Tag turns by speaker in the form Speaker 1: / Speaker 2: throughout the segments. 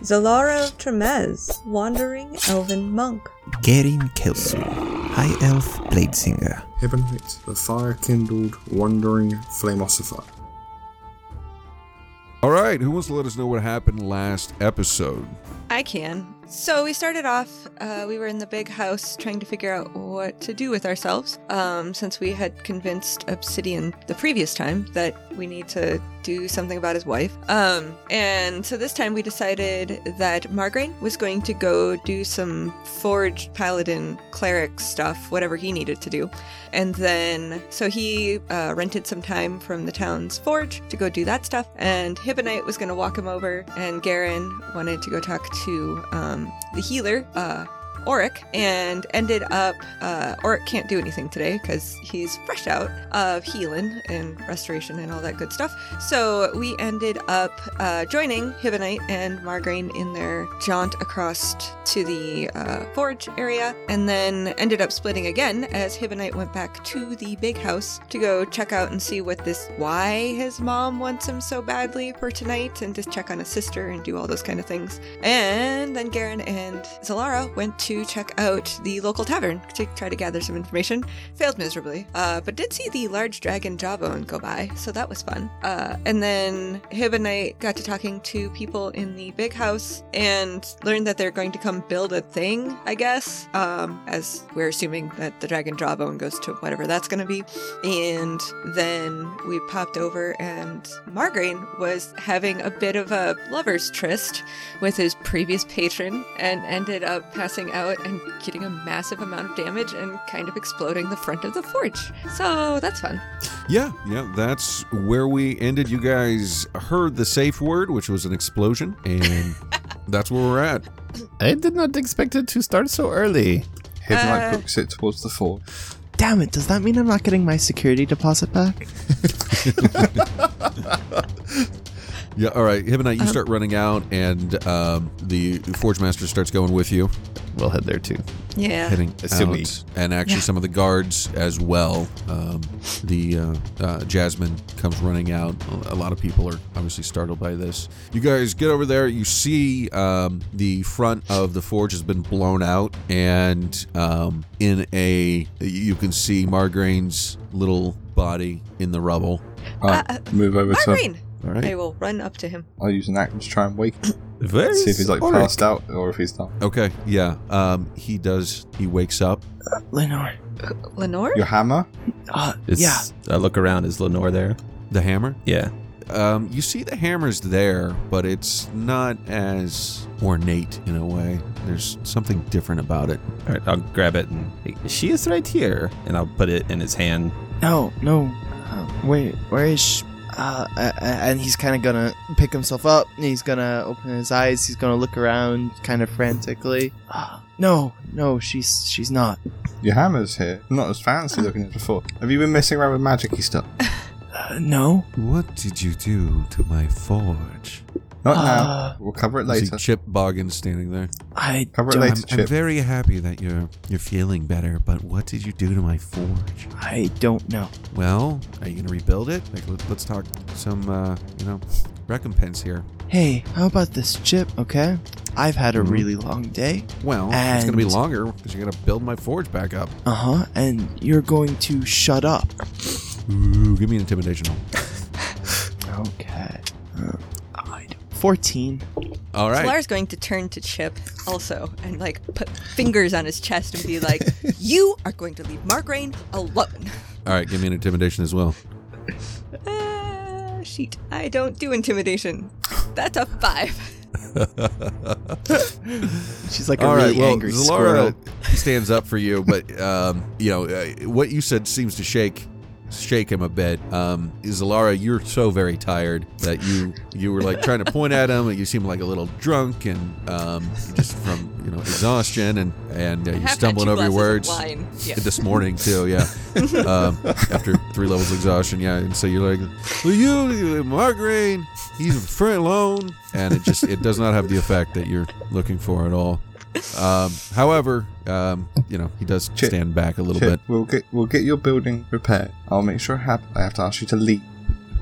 Speaker 1: Zalara of Tremez, Wandering Elven Monk.
Speaker 2: Gerin Kelsu, High Elf Bladesinger.
Speaker 3: Hibonite, the fire kindled, wandering flamosifier.
Speaker 4: All right, who wants to let us know what happened last episode?
Speaker 1: I can. So we started off, uh, we were in the big house trying to figure out what to do with ourselves, um, since we had convinced Obsidian the previous time that we need to do something about his wife. Um, and so this time we decided that Margraine was going to go do some forged paladin cleric stuff, whatever he needed to do. And then, so he uh, rented some time from the town's forge to go do that stuff. And Hibonite was going to walk him over, and Garen wanted to go talk to um, the healer, uh, Oric, and ended up. Uh, Oric can't do anything today because he's fresh out of healing and restoration and all that good stuff. So we ended up uh, joining Hibonite and Margraine in their jaunt across t- to the uh, forge area, and then ended up splitting again as Hibonite went back to the big house to go check out and see what this why his mom wants him so badly for tonight, and just check on his sister and do all those kind of things. And then Garen and Zalara went to check out the local tavern to try to gather some information. Failed miserably, uh, but did see the large dragon Jawbone go by, so that was fun. Uh, and then Hib and I got to talking to people in the big house and learned that they're going to come build a thing, I guess, um, as we're assuming that the dragon Jawbone goes to whatever that's going to be. And then we popped over, and Margarine was having a bit of a lover's tryst with his previous patron and ended up passing out and getting a massive amount of damage and kind of exploding the front of the forge. So that's fun.
Speaker 4: Yeah, yeah, that's where we ended. You guys heard the safe word, which was an explosion, and that's where we're at.
Speaker 5: I did not expect it to start so early.
Speaker 1: Uh,
Speaker 3: Hibonite books it towards the forge.
Speaker 6: Damn it, does that mean I'm not getting my security deposit back?
Speaker 4: Yeah, all right, Hibonite, you
Speaker 1: Um,
Speaker 4: start running out, and um, the Forge Master starts going with you,
Speaker 5: We'll head there too.
Speaker 1: Yeah.
Speaker 4: heading
Speaker 5: Assuming.
Speaker 4: out, and actually
Speaker 1: Yeah.
Speaker 4: some of the guards as well. Um, the uh, uh, Jasmine comes running out. A lot of people are obviously startled by this. You guys get over there. You see um, the front of the forge has been blown out, and um, in a you can see Margraine's little body in the rubble.
Speaker 3: Uh,
Speaker 1: Uh,
Speaker 3: move over to.
Speaker 1: Margarine!
Speaker 5: All
Speaker 1: I
Speaker 5: right.
Speaker 1: will run up to him.
Speaker 3: I'll use an act to try and wake him.
Speaker 5: Very
Speaker 3: See if he's like
Speaker 5: Ulrich.
Speaker 3: passed out or if he's not.
Speaker 4: Okay, yeah. Um, he does. He wakes up.
Speaker 6: Lenore.
Speaker 1: Lenore?
Speaker 3: Your hammer?
Speaker 6: Uh,
Speaker 5: Is-
Speaker 6: yeah.
Speaker 5: I look around. Is Lenore there?
Speaker 4: The hammer.
Speaker 5: Yeah.
Speaker 4: Um, you see the hammer's there, but it's not as ornate in a way. There's something different about it.
Speaker 5: All right. I'll grab it and she is right here, and I'll put it in his hand.
Speaker 6: No, no. Uh, wait, where is she? Uh, uh, and he's kind of gonna pick himself up. and He's gonna open his eyes. He's gonna look around, kind of frantically. Uh, no, no, she's she's not.
Speaker 3: Your hammer's here. Not as fancy looking as before. Have you been messing around with magic y stuff?
Speaker 6: Uh, no.
Speaker 4: What did you do to my forge?
Speaker 3: Not
Speaker 6: Uh,
Speaker 3: now. We'll cover it
Speaker 4: See
Speaker 3: later.
Speaker 4: Chip Boggins standing there.
Speaker 6: I
Speaker 3: Cover it
Speaker 6: don't-
Speaker 3: later,
Speaker 4: I'm, I'm
Speaker 3: Chip.
Speaker 4: very happy that you're you're feeling better, but what did you do to my forge?
Speaker 6: I don't know.
Speaker 4: Well, are you gonna rebuild it? Like, let, let's talk some, uh, you know, recompense here.
Speaker 6: Hey, how about this chip? Okay, I've had a
Speaker 4: Mhm.
Speaker 6: really long day.
Speaker 4: Well, it's gonna be
Speaker 6: And-
Speaker 4: longer because you're gonna build my forge back up.
Speaker 6: Uh huh. And you're going to shut up.
Speaker 4: Ooh, give me an intimidation. roll.
Speaker 6: Okay. Uh, I d- Fourteen.
Speaker 4: All right.
Speaker 1: Solara's going to turn to Chip also and like put fingers on his chest and be like, You are going to leave Margraine alone.
Speaker 4: All right. Give me an intimidation as well.
Speaker 1: Ah, sheet. I don't do intimidation. That's a five.
Speaker 6: She's like
Speaker 4: All
Speaker 6: a
Speaker 4: right,
Speaker 6: really
Speaker 4: well,
Speaker 6: angry
Speaker 4: Zalara
Speaker 6: squirrel.
Speaker 4: stands up for you, but um, you know uh, what you said seems to shake shake him a bit. Um, Zalara, you're so very tired that you you were like trying to point at him, and you seem like a little drunk and um, just from you know exhaustion, and and uh,
Speaker 1: I
Speaker 4: you're
Speaker 1: have had
Speaker 4: stumbling
Speaker 1: two
Speaker 4: over your words.
Speaker 1: glasses of wine. Yeah.
Speaker 4: This morning too, yeah. um, after three levels of exhaustion, yeah. And so you're like, "Will you, you migraine? He's a friend alone," and it just it does not have the effect that you're looking for at all. Um, however, um, you know he does
Speaker 3: Chip.
Speaker 4: stand back a little
Speaker 3: Chip,
Speaker 4: bit.
Speaker 3: We'll get we'll get your building repaired. I'll make sure it hap- I have to ask you to leave.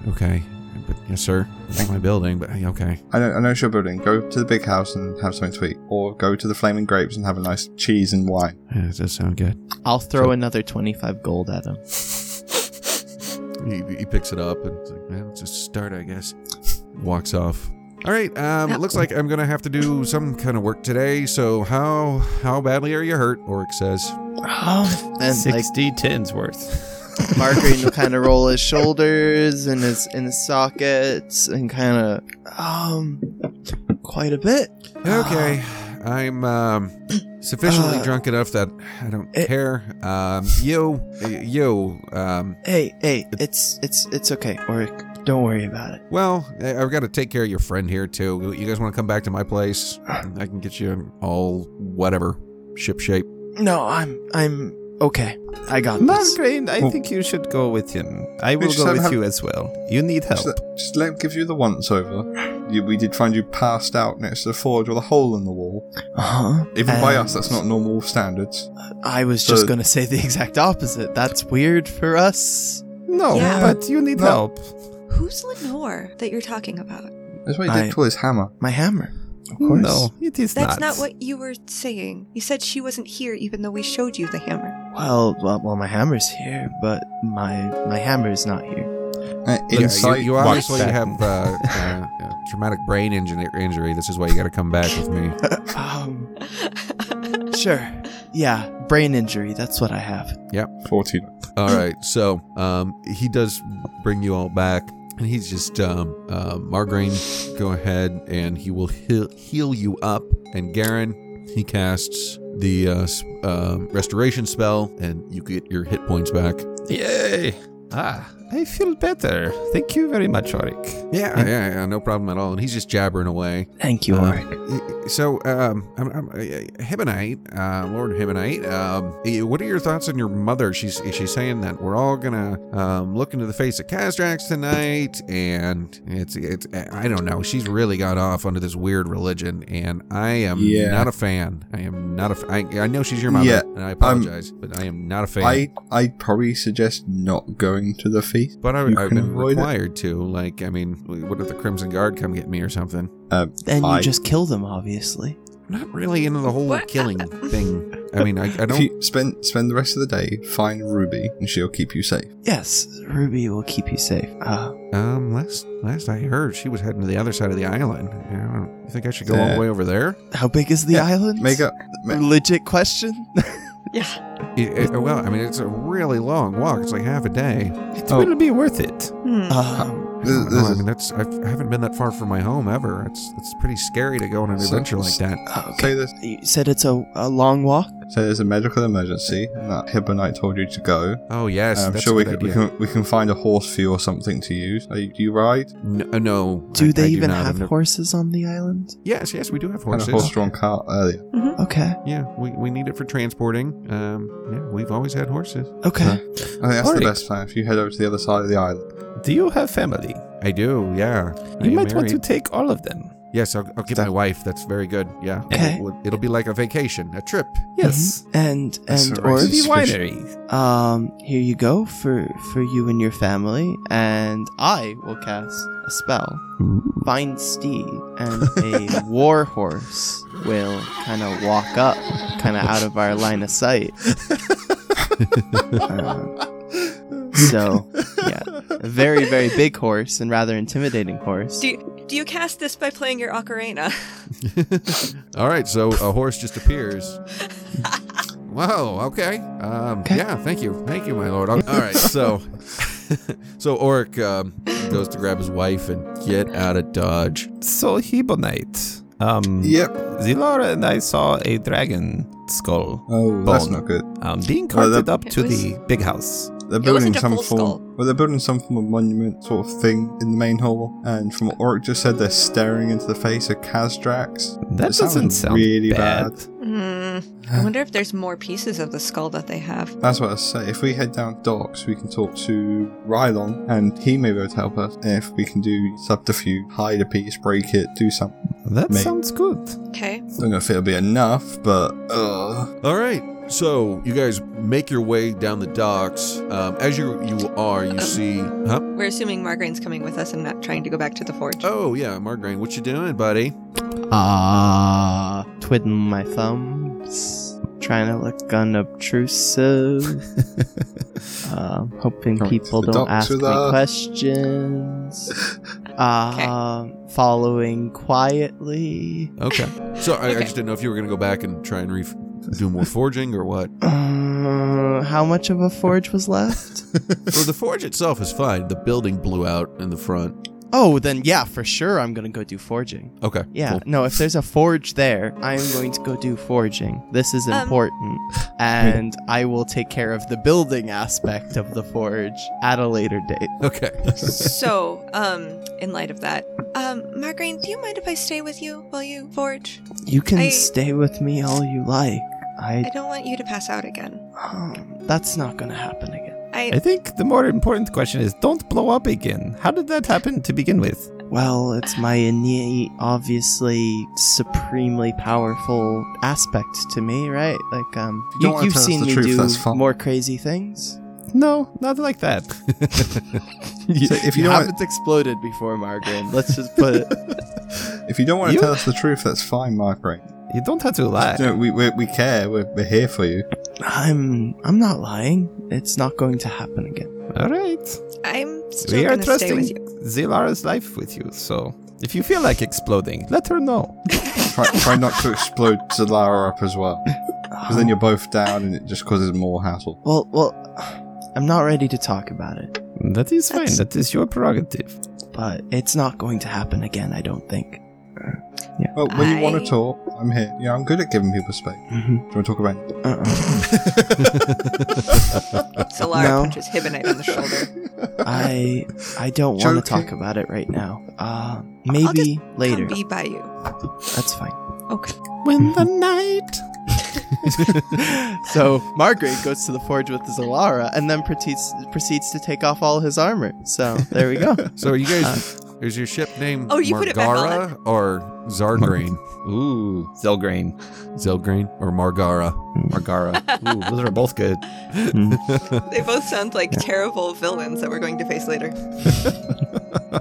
Speaker 4: Okay, but yes, sir. It's my building, but hey, okay.
Speaker 3: I know, I know it's your building. Go to the big house and have something to eat, or go to the Flaming Grapes and have a nice cheese and wine.
Speaker 4: Yeah, does that sound good?
Speaker 6: I'll throw another 25 gold at him.
Speaker 4: He, he picks it up and it's like, well, let's just start, I guess. Walks off. All right. Um, looks like I'm gonna have to do some kind of work today. So how how badly are you hurt? Oric says.
Speaker 6: Oh, and like
Speaker 5: 60 tins worth.
Speaker 6: Margarine will kind of roll his shoulders and his in his sockets and kind of um quite a bit.
Speaker 4: Okay. I'm um, sufficiently
Speaker 6: Uh,
Speaker 4: drunk enough that I don't
Speaker 6: it-
Speaker 4: care. Um, you, you. Um,
Speaker 6: Hey, hey, it's it's it's okay, Oric. Don't worry about it.
Speaker 4: well, I- I've got to take care of your friend here too. You guys want to come back to my place? I can get you all whatever ship shape.
Speaker 6: No, I'm I'm okay. I got this.
Speaker 5: Margarine, I
Speaker 3: Well-
Speaker 5: think you should go with him. I will
Speaker 3: Bitch,
Speaker 5: go
Speaker 3: some
Speaker 5: with
Speaker 3: have-
Speaker 5: you as well. You need help.
Speaker 3: Just let, just let him give you the once over. You, we did find you passed out next to the forge with a hole in the wall.
Speaker 6: Uh-huh.
Speaker 3: Even by
Speaker 6: And
Speaker 3: us, that's not normal standards.
Speaker 6: I was just
Speaker 3: So-
Speaker 6: going to say the exact opposite. That's weird for us.
Speaker 5: No,
Speaker 1: Yeah.
Speaker 5: but you need
Speaker 3: No.
Speaker 5: help.
Speaker 1: Who's Lenore that you're talking about?
Speaker 3: That's why he
Speaker 6: I-
Speaker 3: did pull his hammer.
Speaker 6: My hammer. Of course.
Speaker 5: No, it is
Speaker 1: That's not what you were saying. You said she wasn't here, even though we showed you the hammer.
Speaker 6: Well, well, well, my hammer's here, but my my hammer's not here.
Speaker 3: Uh,
Speaker 4: Yeah,
Speaker 3: insight.
Speaker 4: you, you obviously
Speaker 6: back.
Speaker 4: have uh, uh, uh, traumatic brain engineer injury. This is why you got to come back with me.
Speaker 6: Um, sure. Yeah, brain injury. That's what I have.
Speaker 3: fourteen.
Speaker 4: All right, so um, he does bring you all back, and he's just um, uh, Margarine. Go ahead, and he will heal, heal you up. And Garen, he casts the uh, s- um, restoration spell, and you get your hit points back.
Speaker 5: Yay! Ah, I feel better. Thank you very much, Oric.
Speaker 4: Yeah, yeah, yeah, no problem at all. And he's just jabbering away.
Speaker 6: Thank you,
Speaker 4: Uh,
Speaker 6: Oric.
Speaker 4: So, um, I'm, I'm, uh, Hibonite, uh, Lord Hibonite, um, eh, what are your thoughts on your mother? She's she's saying that we're all gonna um, look into the face of Castrax tonight, and it's it's I don't know. She's really got off under this weird religion, and I am
Speaker 3: Yeah.
Speaker 4: not a fan. I am not a. F- I, I know she's your mother,
Speaker 3: Yeah, um,
Speaker 4: and I apologize, but I am not a fan.
Speaker 3: I I probably suggest not going to the feast.
Speaker 4: but I,
Speaker 3: you
Speaker 4: I've
Speaker 3: can
Speaker 4: been
Speaker 3: avoid it.
Speaker 4: required to. Like, I mean, what if the Crimson Guard come get me or something?
Speaker 6: Then you
Speaker 3: I-
Speaker 6: just kill them, obviously.
Speaker 4: I'm not really into the whole
Speaker 1: What?
Speaker 4: killing thing. I mean, I, I
Speaker 3: If
Speaker 4: don't.
Speaker 3: you spend spend the rest of the day, find Ruby and she'll keep you safe.
Speaker 6: Yes, Ruby will keep you safe. Uh,
Speaker 4: Um, last last I heard, she was heading to the other side of the island. I don't you think I should go all the
Speaker 3: Uh,
Speaker 4: way over there?
Speaker 6: how big is the
Speaker 3: Yeah,
Speaker 6: island?
Speaker 3: Make up. ma-
Speaker 6: Legit question.
Speaker 1: Yeah.
Speaker 4: It- it- well, I mean, it's a really long walk. It's like half a day.
Speaker 5: It
Speaker 3: Oh.
Speaker 5: will be worth it.
Speaker 1: Hmm.
Speaker 6: um,
Speaker 4: I,
Speaker 3: This,
Speaker 4: don't know,
Speaker 3: this
Speaker 4: I
Speaker 3: is-
Speaker 4: mean, that's I've, I haven't been that far from my home ever. It's it's pretty scary to go on an
Speaker 3: So-
Speaker 4: adventure like that.
Speaker 3: say
Speaker 6: uh, okay.
Speaker 3: this.
Speaker 6: You said it's a, a long walk.
Speaker 3: Say there's a medical emergency and that Hibonite told you to go.
Speaker 4: Oh yes,
Speaker 3: I'm
Speaker 4: that's
Speaker 3: sure
Speaker 4: a
Speaker 3: we
Speaker 4: good
Speaker 3: can, we
Speaker 4: idea.
Speaker 3: can we can find a horse for you or something to use. Are you, do you ride?
Speaker 4: N- uh, no,
Speaker 6: Do
Speaker 4: I-
Speaker 6: they
Speaker 4: I
Speaker 6: even
Speaker 4: not. I've
Speaker 6: have
Speaker 4: never-
Speaker 6: horses on the island?
Speaker 4: Yes, yes, we do have
Speaker 3: Had
Speaker 4: horses.
Speaker 3: a horse-drawn cart earlier.
Speaker 6: Okay.
Speaker 4: Yeah, we, we need it for transporting. Um, yeah, we've always had horses.
Speaker 6: Okay.
Speaker 3: I think that's
Speaker 5: Alright.
Speaker 3: the best plan. If you head over to the other side of the island,
Speaker 5: Do you have family?
Speaker 4: I do. Yeah, I
Speaker 5: You
Speaker 4: am
Speaker 5: might want
Speaker 4: married. Mm-hmm.
Speaker 5: to take all of them.
Speaker 4: Yes, I'll, I'll give my wife. That's very good. Yeah.
Speaker 6: Okay.
Speaker 4: It would- It'll be like a vacation, a trip.
Speaker 5: Yes.
Speaker 6: And
Speaker 3: That's
Speaker 6: and
Speaker 3: a racist
Speaker 6: Oric,
Speaker 5: The
Speaker 3: Suspicious.
Speaker 5: winery.
Speaker 6: Um, here you go for for you and your family, and I will cast a spell. Find Steed, and a war horse will kind of walk up, kind of out of our line of sight. Um, so, yeah, a very very big horse and rather intimidating horse.
Speaker 1: Do you, do you cast this by playing your ocarina?
Speaker 4: All right, so a horse just appears. Whoa. Okay. Um, Yeah. Thank you. Thank you, my lord. All right. So, so Oric um, goes to grab his wife and get out of dodge.
Speaker 5: So Hebonite. Um
Speaker 3: yep.
Speaker 5: Zilara and I saw a dragon skull
Speaker 3: Oh, that's
Speaker 5: Bone.
Speaker 3: not good.
Speaker 5: um, being
Speaker 3: Well,
Speaker 5: carted
Speaker 3: Oh, that-
Speaker 5: up to
Speaker 1: It was-
Speaker 5: the big house.
Speaker 3: They're
Speaker 1: It wasn't
Speaker 3: building
Speaker 1: a
Speaker 3: some
Speaker 1: full
Speaker 3: form.
Speaker 1: skull.
Speaker 3: Well, they're building some form of monument sort of thing in the main hall, and from what Oric just said, they're staring into the face of Kazdrax.
Speaker 5: That
Speaker 3: It sounds
Speaker 5: doesn't sound
Speaker 3: really
Speaker 5: bad.
Speaker 3: bad.
Speaker 1: Hmm. I wonder if there's more pieces of the skull that they have.
Speaker 3: That's what I say. If we head down docks, we can talk to Rylon, and he may be able to help us. If we can do subterfuge, hide a piece, break it, do something.
Speaker 5: That
Speaker 3: Mate.
Speaker 5: sounds good.
Speaker 1: Okay.
Speaker 3: I don't know if it'll be enough, but ugh.
Speaker 4: All right. So you guys make your way down the docks. Um, as you you are, you see. Huh?
Speaker 1: We're assuming Margarine's coming with us and not trying to go back to the forge.
Speaker 4: Oh yeah, Margarine, what you doing, buddy?
Speaker 6: Ah, twiddling my thumbs, trying to look unobtrusive, um, hoping
Speaker 3: Going to
Speaker 6: people
Speaker 3: the
Speaker 6: don't ask
Speaker 3: docks
Speaker 6: me
Speaker 3: with us.
Speaker 6: questions. Um, following quietly.
Speaker 4: Okay. So I, I
Speaker 1: Okay.
Speaker 4: just didn't know if you were gonna go back and try and re- do more forging or what.
Speaker 6: Uh, how much of a forge was left?
Speaker 4: Well, the forge itself is fine. The building blew out in the front.
Speaker 6: oh, then yeah, for sure, I'm gonna go do forging.
Speaker 4: Okay.
Speaker 6: Yeah,
Speaker 4: cool.
Speaker 6: no, if there's a forge there, I am going to go do forging. This is
Speaker 1: Um,
Speaker 6: important, and I will take care of the building aspect of the forge at a later date.
Speaker 4: Okay.
Speaker 1: so, um, in light of that, um, Margarine, do you mind if I stay with you while you forge?
Speaker 6: You can
Speaker 1: I-
Speaker 6: stay with me all you like.
Speaker 1: I
Speaker 6: I.
Speaker 1: don't want you to pass out again.
Speaker 6: um, that's not gonna happen again.
Speaker 1: I
Speaker 5: I think the more important question is don't blow up again. How did that happen to begin with?
Speaker 6: Well, it's my innate, obviously supremely powerful aspect to me, right? Like, um,
Speaker 3: If you don't
Speaker 6: you,
Speaker 3: wanna
Speaker 6: you've
Speaker 3: tell us
Speaker 6: seen
Speaker 3: the
Speaker 6: me
Speaker 3: truth, that's
Speaker 6: do
Speaker 3: fine.
Speaker 6: more crazy things.
Speaker 5: No, not like that.
Speaker 3: So if
Speaker 6: you
Speaker 3: you don't want-
Speaker 6: haven't exploded before, Margaret. Let's just put it.
Speaker 3: If you don't want to
Speaker 5: You-
Speaker 3: tell us the truth, that's fine, Mark. Right?
Speaker 5: you don't have to lie.
Speaker 3: No, we, we we care. We're, we're here for you.
Speaker 6: I'm. I'm not lying. It's not going to happen again.
Speaker 5: All right.
Speaker 1: I'm still
Speaker 5: We are
Speaker 1: gonna stay
Speaker 5: trusting
Speaker 1: with you.
Speaker 5: Zilara's life with you, so if you feel like exploding, let her know.
Speaker 3: try, try not to explode Zalara up as well, because then you're both down, and it just causes more hassle.
Speaker 6: Um, Well, well, I'm not ready to talk about it,
Speaker 5: That is fine.
Speaker 1: That's-
Speaker 5: That is your prerogative.
Speaker 6: but it's not going to happen again. I don't think.
Speaker 3: Well, when you want
Speaker 1: I-
Speaker 3: to talk, I'm here. Yeah, I'm good at giving people space. Do
Speaker 6: Mm-hmm.
Speaker 3: you want to talk about? It?
Speaker 6: Uh-uh.
Speaker 1: Solara
Speaker 6: No.
Speaker 1: punches Hibonite on the shoulder.
Speaker 6: I. I don't want to talk
Speaker 3: Joking.
Speaker 6: about it right now. Uh,
Speaker 1: I'll just
Speaker 6: maybe later.
Speaker 1: Come be by you.
Speaker 6: That's fine.
Speaker 1: Okay.
Speaker 5: When the night.
Speaker 6: so Margaret goes to the forge with Zalara, and then proceeds proceeds to take off all his armor. So there we go.
Speaker 4: So you guys,
Speaker 5: Uh,
Speaker 4: is your ship named
Speaker 1: Oh, you put it back
Speaker 4: Margara or Zargreen?
Speaker 5: Ooh, Zelgrain,
Speaker 4: Zelgreen or Margara?
Speaker 5: Margara. Ooh, those are both good.
Speaker 1: They both sound like terrible villains that we're going to face later.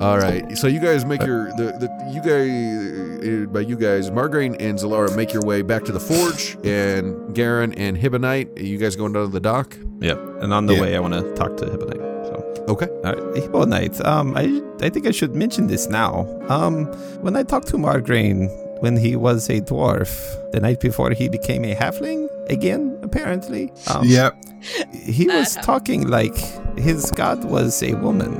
Speaker 4: All right. So you guys make your the, the you guys uh, by you guys Margarine and Zalara make your way back to the forge, and Garen and Hibonite. You guys going down to the dock?
Speaker 5: Yep. And on the
Speaker 3: Yeah.
Speaker 5: way, I want to talk to Hibonite. So.
Speaker 4: Okay.
Speaker 5: All right, Hibonite. Um, I I think I should mention this now. Um, when I talked to Margrain when he was a dwarf, the night before he became a halfling again, apparently. Um,
Speaker 3: Yep.
Speaker 5: he
Speaker 1: That
Speaker 5: was
Speaker 1: helps.
Speaker 5: talking like his god was a woman,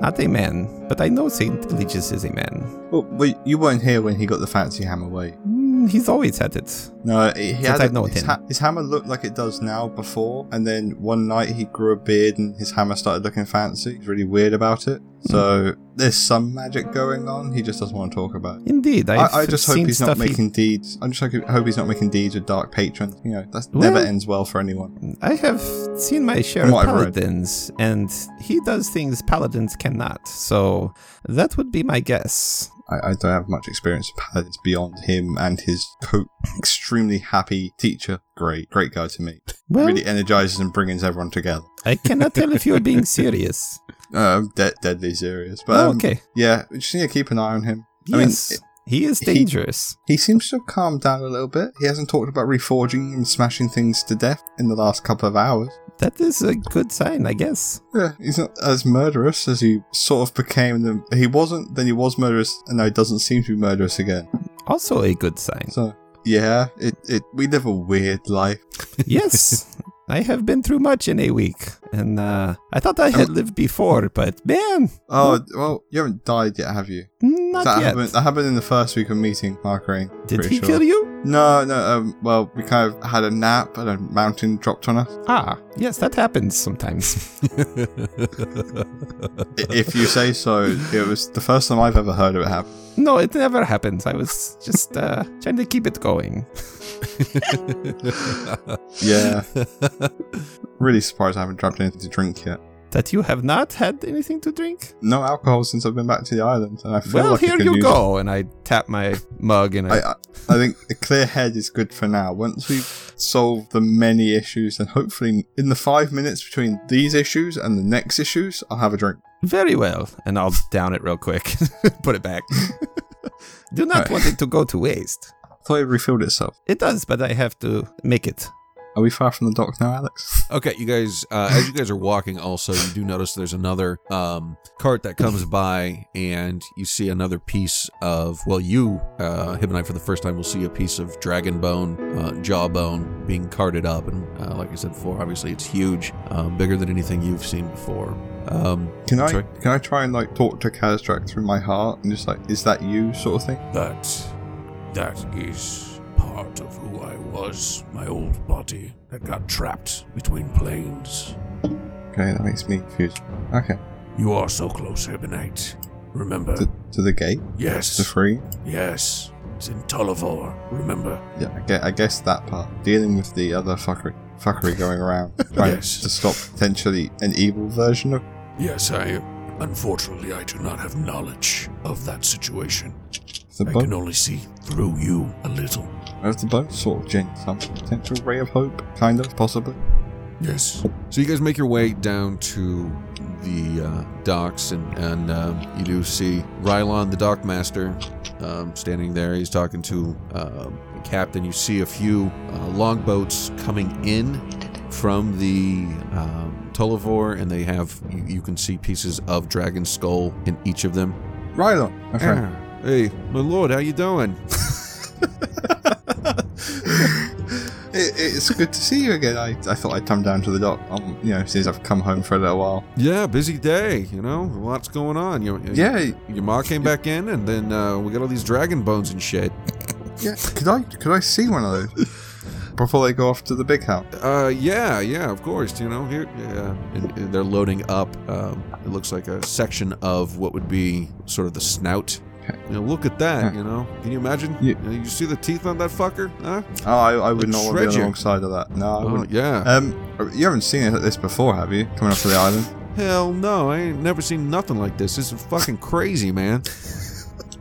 Speaker 5: not a man. But I know Saint Eligius is a man.
Speaker 3: Oh, Well, wait, you weren't here when he got the fancy hammer, wait.
Speaker 5: Mm, he's always had it.
Speaker 3: No, he
Speaker 5: Since
Speaker 3: had
Speaker 5: I've known
Speaker 3: his,
Speaker 5: him.
Speaker 3: ha- his hammer looked like it does now before, and then one night he grew a beard and his hammer started looking fancy. He's really weird about it. So there's some magic going on. He just doesn't want to talk about. It.
Speaker 5: Indeed, I've
Speaker 3: I, I just hope
Speaker 5: seen
Speaker 3: he's not
Speaker 5: stuff he-
Speaker 3: making deeds. I just hope hope he's not making deeds with dark patrons. You know, that
Speaker 5: Well-
Speaker 3: never ends well for anyone.
Speaker 5: I have seen my share
Speaker 3: From
Speaker 5: of
Speaker 3: what I've read.
Speaker 5: paladins, and he does things paladins cannot. So that would be my guess.
Speaker 3: I, I don't have much experience of paladins beyond him and his co- extremely happy teacher. Great, great guy to meet.
Speaker 5: Well,
Speaker 3: really energizes and brings everyone together.
Speaker 5: I cannot tell if you're being serious.
Speaker 3: Uh, I'm de- deadly serious, but
Speaker 5: Oh,
Speaker 3: um,
Speaker 5: okay.
Speaker 3: yeah, we just need to keep an eye on him. I mean,
Speaker 5: yes, he is
Speaker 3: he-
Speaker 5: dangerous.
Speaker 3: He seems to have calmed down a little bit. He hasn't talked about reforging and smashing things to death in the last couple of hours.
Speaker 5: That is a good sign, I guess.
Speaker 3: Yeah, he's not as murderous as he sort of became. Them. He wasn't, then he was murderous, and now he doesn't seem to be murderous again.
Speaker 5: Also a good sign.
Speaker 3: So yeah, it, it we live a weird life.
Speaker 5: yes, I have been through much in a week, and uh, I thought I
Speaker 3: Um,
Speaker 5: had lived before, but man,
Speaker 3: Oh well, you haven't died yet, have you?
Speaker 5: not
Speaker 3: that
Speaker 5: yet.
Speaker 3: happened. That happened in the first week of meeting, Margarine.
Speaker 5: Did
Speaker 3: pretty
Speaker 5: he
Speaker 3: sure.
Speaker 5: kill you?
Speaker 3: No, no. Um, well, we kind of had a nap and a mountain dropped on us.
Speaker 5: Ah, yes, that happens sometimes.
Speaker 3: I- if you say so, it was the first time I've ever heard of it happen.
Speaker 5: no, it never happens. I was just uh, trying to keep it going.
Speaker 3: Yeah. really surprised I haven't grabbed anything to drink yet.
Speaker 5: That you have not had anything to drink?
Speaker 3: No alcohol since I've been back to the island, and I feel
Speaker 5: well,
Speaker 3: like I
Speaker 5: here
Speaker 3: could
Speaker 5: you
Speaker 3: use
Speaker 5: go. And I tap my mug and I,
Speaker 3: I, I, I think a clear head is good for now. Once we've solved the many issues, and hopefully in the five minutes between these issues and the next issues, I'll have a drink.
Speaker 5: very well. And I'll down it real quick, put it back. Do not
Speaker 3: Alright.
Speaker 5: want it to go to waste.
Speaker 3: I thought it refilled itself.
Speaker 5: It does, but I have to make it.
Speaker 3: Are we far from the dock now, Alex?
Speaker 4: Okay, you guys. Uh, as you guys are walking, also you do notice there's another um, cart that comes by, and you see another piece of. Well, you, uh, Hib and I, for the first time, will see a piece of dragon bone, uh, jaw bone, being carted up, and uh, like I said before, obviously it's huge, uh, bigger than anything you've seen before. Um,
Speaker 3: Can I
Speaker 4: Sorry?
Speaker 3: can I try and like talk to Kazrak through my heart and just like, is that you sort of thing?
Speaker 7: That. that is part of who I was. My old body that got trapped between planes.
Speaker 3: Okay, that makes me confused. Okay,
Speaker 7: You are so close, Ebonite. Remember?
Speaker 3: to, to the gate, to
Speaker 7: yes.
Speaker 3: free.
Speaker 7: Yes. It's in Tullavor. Remember?
Speaker 3: Yeah, I guess, I guess that part. Dealing with the other fuckery, fuckery going around, trying
Speaker 7: Yes.
Speaker 3: to stop potentially an evil version of.
Speaker 7: Yes, I. Unfortunately, I do not have knowledge of that situation.
Speaker 3: The
Speaker 7: I
Speaker 3: bug.
Speaker 7: can only see through you a little.
Speaker 3: Over the boat, sort of gin, some potential ray of hope, kind of, possibly.
Speaker 7: Yes.
Speaker 4: So you guys make your way down to the uh, docks, and and um you do see Rylon, the dock master, um, standing there. He's talking to um the captain. You see a few uh, longboats coming in from the um, Tullavor, and they have you, you can see pieces of dragon skull in each of them.
Speaker 3: Rylon, my friend.
Speaker 4: Ah, Hey, my lord, how you doing?
Speaker 3: it, it's good to see you again. I, I thought I'd come down to the dock, um, you know, since I've come home for a little while.
Speaker 4: Yeah, busy day. You know, lots going on. You, you-
Speaker 3: Yeah,
Speaker 4: Your ma came back in, and then uh, we got all these dragon bones and shit.
Speaker 3: yeah. Could I could I see one of those before they go off to the big house?
Speaker 4: Uh, yeah, yeah, of course. You know, here, yeah, and, and they're loading up. Um, it looks like a section of what would be sort of the snout. You know, look at that.
Speaker 3: Huh.
Speaker 4: You know, can you imagine?
Speaker 3: Ye-
Speaker 4: You, know, you see the teeth on that fucker? Huh?
Speaker 3: Oh, I, I would
Speaker 4: Like
Speaker 3: not want to be on the
Speaker 4: treasure.
Speaker 3: wrong side of that. No, I
Speaker 4: Oh,
Speaker 3: wouldn't.
Speaker 4: yeah.
Speaker 3: Um, you haven't seen it like this before, have you? Coming up to the island.
Speaker 4: Hell no, I ain't never seen nothing like this. This is fucking crazy, man.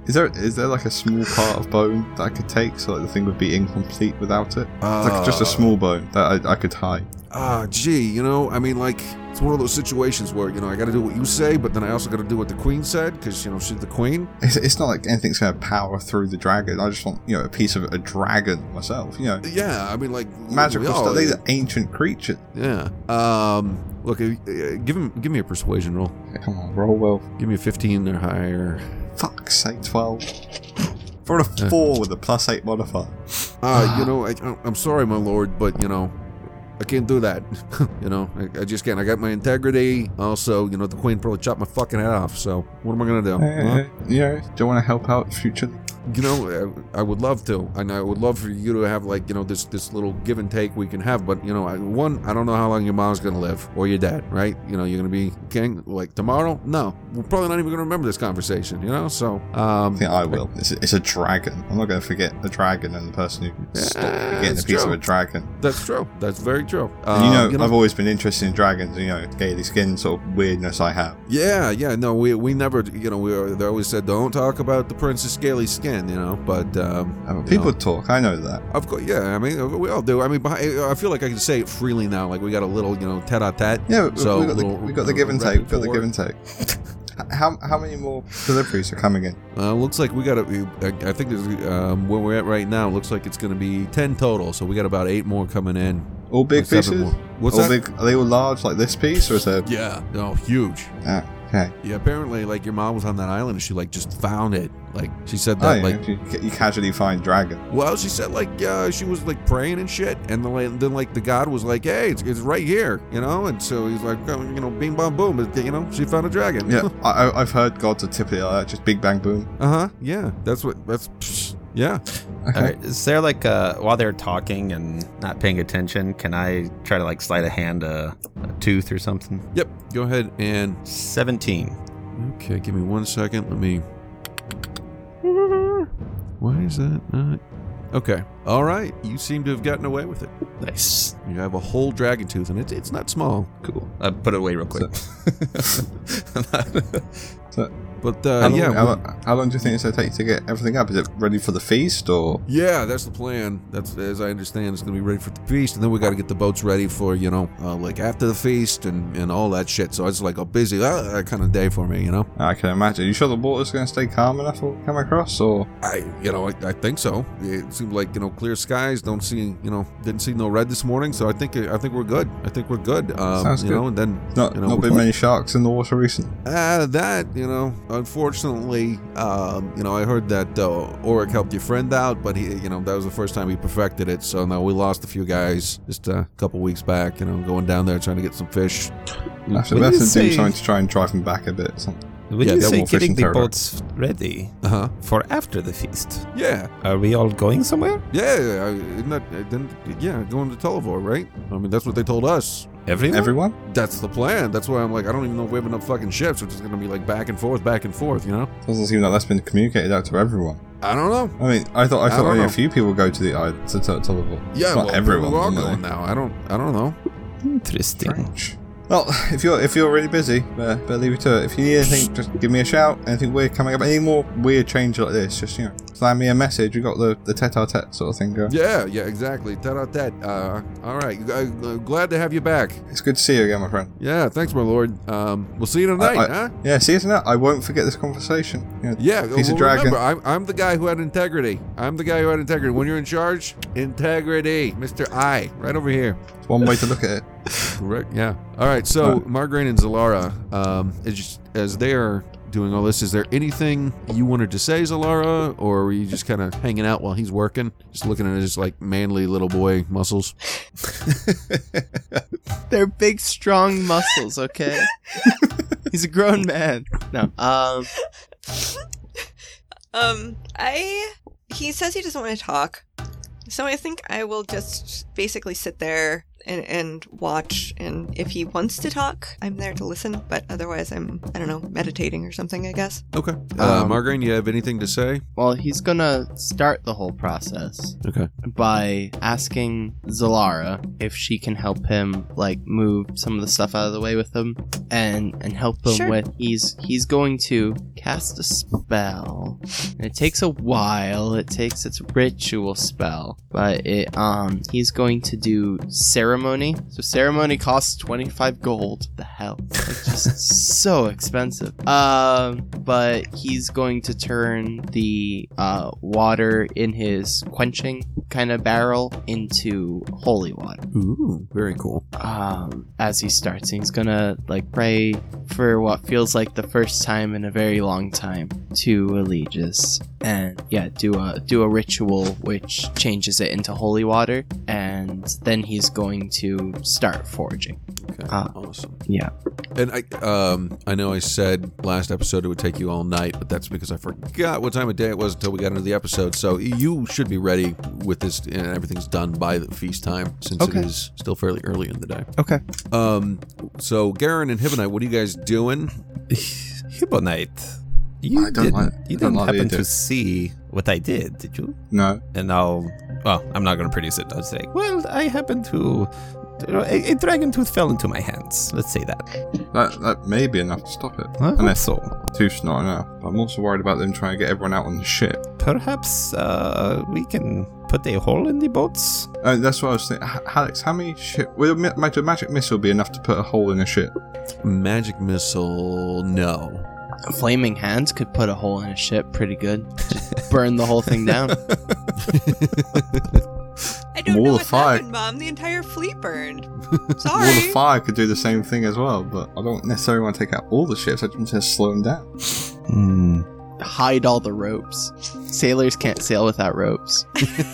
Speaker 3: Is there is there like a small part of bone that I could take so that the thing would be incomplete without it? It's like
Speaker 4: Uh.
Speaker 3: just a small bone that I, I could hide.
Speaker 4: Ah, gee, you know, I mean, like, it's one of those situations where, you know, I gotta do what you say, but then I also gotta do what the queen said, because, you know, she's the queen.
Speaker 3: It's, it's not like anything's going to power through the dragon. I just want, you know, a piece of a dragon myself, you know.
Speaker 4: Yeah, I mean, like, we
Speaker 3: Magical
Speaker 4: all-
Speaker 3: stuff. These are ancient creatures.
Speaker 4: Yeah. Um. Look, uh, uh, give him, give me a persuasion roll.
Speaker 3: Okay, come on, roll well.
Speaker 4: Give me a fifteen or higher.
Speaker 3: Fuck's sake, 12. For a 4 with a plus 8 modifier.
Speaker 4: Uh, you know, I, I'm sorry, my lord, but you know, I can't do that. you know, I, I just can't. I got my integrity. Also, you know, the queen probably chopped my fucking head off. So what am I gonna do? huh?
Speaker 3: Eh, you know, do you want to help out future?
Speaker 4: You know, I, I would love to, and I would love for you to have like you know this this little give and take we can have. But you know, I, one, I don't know how long your mom's gonna live or your dad, right? You know, you're gonna be king like tomorrow. No, we're probably not even gonna remember this conversation. You know, so um,
Speaker 3: I think I will. It's a, it's a dragon. I'm not going to forget the dragon and the person who stopped me getting
Speaker 4: it's
Speaker 3: a piece
Speaker 4: true.
Speaker 3: of a dragon.
Speaker 4: That's true. That's very true.
Speaker 3: And
Speaker 4: Um,
Speaker 3: you, know, I've always been interested in dragons, you know, gaily skin sort of weirdness I have.
Speaker 4: yeah, yeah. No, we we never. You know, we were- they always said don't talk about the Princess Gaily skin. You know, but um,
Speaker 3: Uh,
Speaker 4: you
Speaker 3: People
Speaker 4: know,
Speaker 3: talk, I know that.
Speaker 4: of course, yeah. I mean, we all do. I mean, behind, I feel like I can say it freely now. Like we got a little, you know, tete a tete.
Speaker 3: Yeah, we-
Speaker 4: So,
Speaker 3: we, got the,
Speaker 4: little-
Speaker 3: we got the give and take. We got the
Speaker 4: repertoire.
Speaker 3: give and take. H- how, how many more deliveries are coming in?
Speaker 4: Uh, looks like we got a. I I think there's um, where we're at right now. Looks like it's going to be ten total. So we got about eight more coming in.
Speaker 3: All big
Speaker 4: Or seven
Speaker 3: pieces?
Speaker 4: more. What's
Speaker 3: all
Speaker 4: that?
Speaker 3: big, are they all large like this piece, or is there?
Speaker 4: yeah. No, huge.
Speaker 3: Ah, okay.
Speaker 4: Yeah. Apparently, like your mom was on that island and she like just found it. Like she said
Speaker 3: Oh,
Speaker 4: that
Speaker 3: yeah,
Speaker 4: like
Speaker 3: you, you casually find dragon.
Speaker 4: Well, she said like yeah, she was like praying and shit, and then like, then like the god was like, hey, it's, it's right here, you know, and so he's like, oh, you know, bing bong boom, but, you know, she found a dragon.
Speaker 3: Yeah, I, I- I've heard gods are typically like that, just big bang boom.
Speaker 4: uh huh. Yeah, that's Uh-huh, what that's. Psh, Yeah.
Speaker 5: All right. Is there like uh while they're talking and not paying attention, can I try to like slide a hand a, a tooth or something?
Speaker 4: Yep. Go ahead and.
Speaker 5: Seventeen.
Speaker 4: Okay, give me one second. Let me. Why is that not. Okay. All right. You seem to have gotten away with it.
Speaker 5: Nice.
Speaker 4: You have a whole dragon tooth, and it's, it's not small.
Speaker 5: Cool. I Uh, put it away real quick.
Speaker 4: But uh,
Speaker 3: How long,
Speaker 4: yeah,
Speaker 3: how, lo- how long do you think it's going to take to get everything up? Is it ready for the feast or?
Speaker 4: Yeah, that's the plan. That's as I understand, it's gonna be ready for the feast, and then we got to get the boats ready for you know, uh, like after the feast and and all that shit. So it's like a busy uh, kind of day for me, you know.
Speaker 3: I can imagine. You sure the water's going to stay calm enough for come across or?
Speaker 4: I you know I, I think so. It seemed like you know clear skies. Don't see you know didn't see no red this morning. So I think I think we're good. I think we're good. Um,
Speaker 3: Sounds
Speaker 4: you
Speaker 3: good.
Speaker 4: know, and then
Speaker 3: Not,
Speaker 4: You know,
Speaker 3: not been
Speaker 4: what-
Speaker 3: many sharks in the water recently.
Speaker 4: Uh, that, you know, unfortunately, um, you know, I heard that uh, Oric helped your friend out, but he, you know, that was the first time he perfected it. So now we lost a few guys just a couple weeks back, you know, going down there trying to get some fish.
Speaker 3: We'll have to, we'll
Speaker 5: What do
Speaker 3: have to do
Speaker 5: you say-
Speaker 3: something to try and drive them back a bit. Something.
Speaker 5: Would
Speaker 4: Yeah,
Speaker 5: you
Speaker 3: they're
Speaker 5: say
Speaker 3: more fishing
Speaker 5: getting the
Speaker 3: territory.
Speaker 5: boats ready
Speaker 4: Uh huh.
Speaker 5: for after the feast?
Speaker 4: Yeah.
Speaker 5: Are we all going somewhere?
Speaker 4: Yeah. I, isn't that, I didn't, yeah, going to Televor, right? I mean, that's what they told us.
Speaker 5: Everyone?
Speaker 3: Everyone?
Speaker 4: That's the plan. That's why I'm like, I don't even know if we have enough fucking ships, which is going to be like back and forth, back and forth, you know?
Speaker 3: Doesn't seem like that's been communicated out to everyone.
Speaker 4: I don't know.
Speaker 3: I mean, I thought I
Speaker 4: I
Speaker 3: thought
Speaker 4: don't
Speaker 3: only a
Speaker 4: know.
Speaker 3: few people go to the island to, to, to the vault.
Speaker 4: Yeah,
Speaker 3: It's not
Speaker 4: well,
Speaker 3: everyone.
Speaker 4: We're all
Speaker 3: no.
Speaker 4: going now. I don't, I don't know.
Speaker 5: Interesting.
Speaker 3: Strange. Well, if you're if you're really busy, uh, better leave it to it. If you need anything, just give me a shout. Anything weird coming up? Any more weird change like this? Just you know, slam me a message. We got the the tete-a-tete sort of thing going.
Speaker 4: Yeah, yeah, exactly. Tete a tete. Uh, all right. I, uh, glad to have you back.
Speaker 3: It's good to see you again, my friend.
Speaker 4: Yeah, thanks, my lord. Um, we'll see you tonight,
Speaker 3: I- I-
Speaker 4: huh?
Speaker 3: Yeah, see you tonight. I won't forget this conversation. You know,
Speaker 4: Yeah,
Speaker 3: piece of
Speaker 4: well,
Speaker 3: dragon.
Speaker 4: remember, I'm, I'm the guy who had integrity. I'm the guy who had integrity. When you're in charge, integrity, Mr. I, right over here.
Speaker 3: It's one way to look at it.
Speaker 4: Correct. Yeah. All right. So, Margarine and Zalara, um, as, as they are doing all this, is there anything you wanted to say, Zalara, or were you just kind of hanging out while he's working, just looking at his like manly little boy muscles?
Speaker 6: They're big, strong muscles. Okay. He's a grown man. No. Um.
Speaker 1: Um, I. He says he doesn't want to talk, so I think I will just basically sit there and and watch. And if he wants to talk, I'm there to listen. But otherwise, I'm I don't know meditating or something. I guess.
Speaker 4: Okay. Uh,
Speaker 6: Um,
Speaker 4: Margarine, you have anything to say?
Speaker 6: Well, he's gonna start the whole process.
Speaker 4: Okay.
Speaker 6: by asking Zalara if she can help him like move some of the stuff out of the way with him and and help him
Speaker 1: Sure.
Speaker 6: with he's he's going to cast a spell. And it takes a while. It takes its ritual spell, but it um he's going to do ceremony. So ceremony costs 25 gold. The hell. It's just so expensive. Um, but he's going to turn the uh, water in his quenching kind of barrel into holy water.
Speaker 4: Ooh, very cool.
Speaker 6: Um, as he starts, and he's gonna like pray for what feels like the first time in a very long time to Allegius, and yeah, do a do a ritual which changes it into holy water, and then he's going to start forging.
Speaker 4: Okay.
Speaker 6: Uh,
Speaker 4: awesome.
Speaker 6: yeah.
Speaker 4: And I um I know I said last episode it would take you all night, but that's because I forgot what time of day it was until we got into the episode. So you should be ready with this and everything's done by the feast time since
Speaker 6: Okay.
Speaker 4: it is still fairly early in the day.
Speaker 6: Okay.
Speaker 4: Um so Garen and Hibonite, what are you guys doing?
Speaker 5: Hibonite. You
Speaker 3: I don't
Speaker 5: didn't,
Speaker 3: like- I
Speaker 5: you
Speaker 3: don't
Speaker 5: didn't
Speaker 3: like
Speaker 5: happen
Speaker 3: either.
Speaker 5: to see what I did, did you?
Speaker 3: No,
Speaker 5: and I'll. Well, I'm not going to produce it. I'll say, well, I happen to. A, a dragon tooth fell into my hands. Let's say that.
Speaker 3: that that may be enough to stop it.
Speaker 5: I hope
Speaker 3: Unless-
Speaker 5: so.
Speaker 3: Tooth's not enough. I'm also worried about them trying to get everyone out on the ship.
Speaker 5: Perhaps uh, we can put a hole in the boats.
Speaker 3: Uh, that's what I was thinking. H- Alex, how many ship? Would a ma- mag- a magic missile be enough to put a hole in a ship?
Speaker 4: Magic missile, no.
Speaker 6: Flaming hands could put a hole in a ship pretty good. Just burn the whole thing down.
Speaker 1: I don't
Speaker 3: Wall
Speaker 1: know
Speaker 3: of
Speaker 1: what
Speaker 3: fire.
Speaker 1: happened, Mom. The entire fleet burned.
Speaker 3: Wall of
Speaker 1: Sorry.
Speaker 3: fire could do the same thing as well, but I don't necessarily want to take out all the ships. I just want to slow them down.
Speaker 5: Hmm.
Speaker 6: Hide all the ropes. Sailors can't sail without ropes.
Speaker 1: what?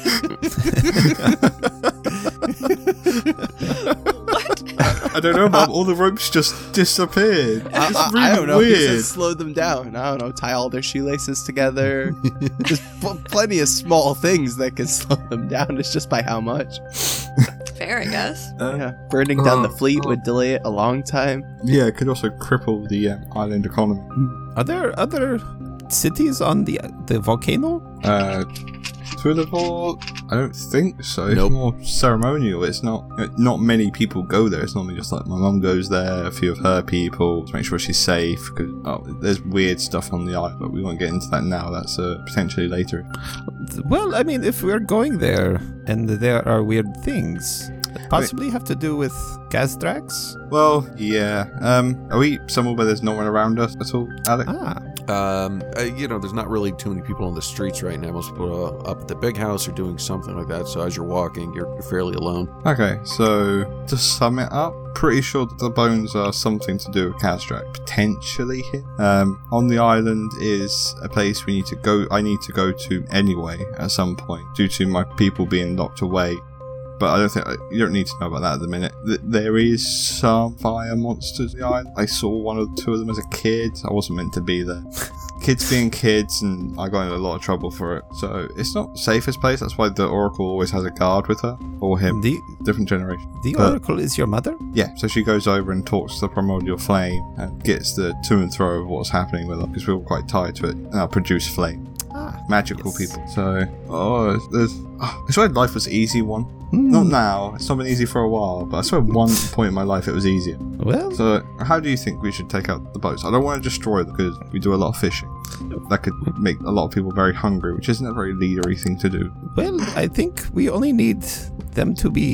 Speaker 3: I don't know, Mum. All the ropes just disappeared.
Speaker 6: I,
Speaker 3: It's
Speaker 6: I-
Speaker 3: really
Speaker 6: I don't know. He
Speaker 3: weird.
Speaker 6: said slow them down. I don't know. Tie all their shoelaces together. There's pl- plenty of small things that can slow them down. It's just by how much.
Speaker 1: Fair, I guess.
Speaker 3: Uh,
Speaker 6: Yeah, burning down the fleet would delay it a long time.
Speaker 3: Yeah, it could also cripple the um, island economy.
Speaker 5: Are there other cities on the the volcano?
Speaker 3: Uh, Tulivor, I don't think so.
Speaker 4: Nope.
Speaker 3: It's more ceremonial. It's not. Not many people go there. It's normally just like my mum goes there, a few of her people to make sure she's safe. Because oh, there's weird stuff on the island, but we won't get into that now. That's uh, potentially later.
Speaker 5: Well, I mean, if we're going there and there are weird things, possibly have to do with Gazdrax.
Speaker 3: Well, yeah. Um, are we somewhere where there's no one around us at all, Alex?
Speaker 5: Ah,
Speaker 4: Um, uh, you know, there's not really too many people on the streets right now. Most people are up at the big house or doing something like that. So as you're walking, you're, you're fairly alone.
Speaker 3: Okay, so to sum it up, pretty sure that the bones are something to do with Kazdrack, potentially here. Um, on the island is a place we need to go. I need to go to anyway at some point due to my people being locked away. But I don't think you don't need to know about that at the minute. Th- There is some fire monsters on the island. I saw one or two of them as a kid. I wasn't meant to be there. kids being kids, and I got in a lot of trouble for it. So it's not the safest place. That's why the Oracle always has a guard with her or him
Speaker 5: the
Speaker 3: different generation.
Speaker 5: the
Speaker 3: Uh,
Speaker 5: oracle is your mother.
Speaker 3: Yeah, so she goes over and talks to the primordial flame and gets the to and fro of what's happening with her because we're all quite tied to it. And I'll produce flame,
Speaker 5: Ah,
Speaker 3: magical
Speaker 5: Yes.
Speaker 3: people. So, oh, there's. ah, I swear life was an easy one.
Speaker 5: hmm,
Speaker 3: Not now, it's not been easy for a while, but I swear one point in my life it was easier.
Speaker 5: well,
Speaker 3: So, how do you think we should take out the boats? I don't want to destroy them because we do a lot of fishing. That could make a lot of people very hungry, which isn't a very leadery thing to do.
Speaker 5: well, I think we only need them to be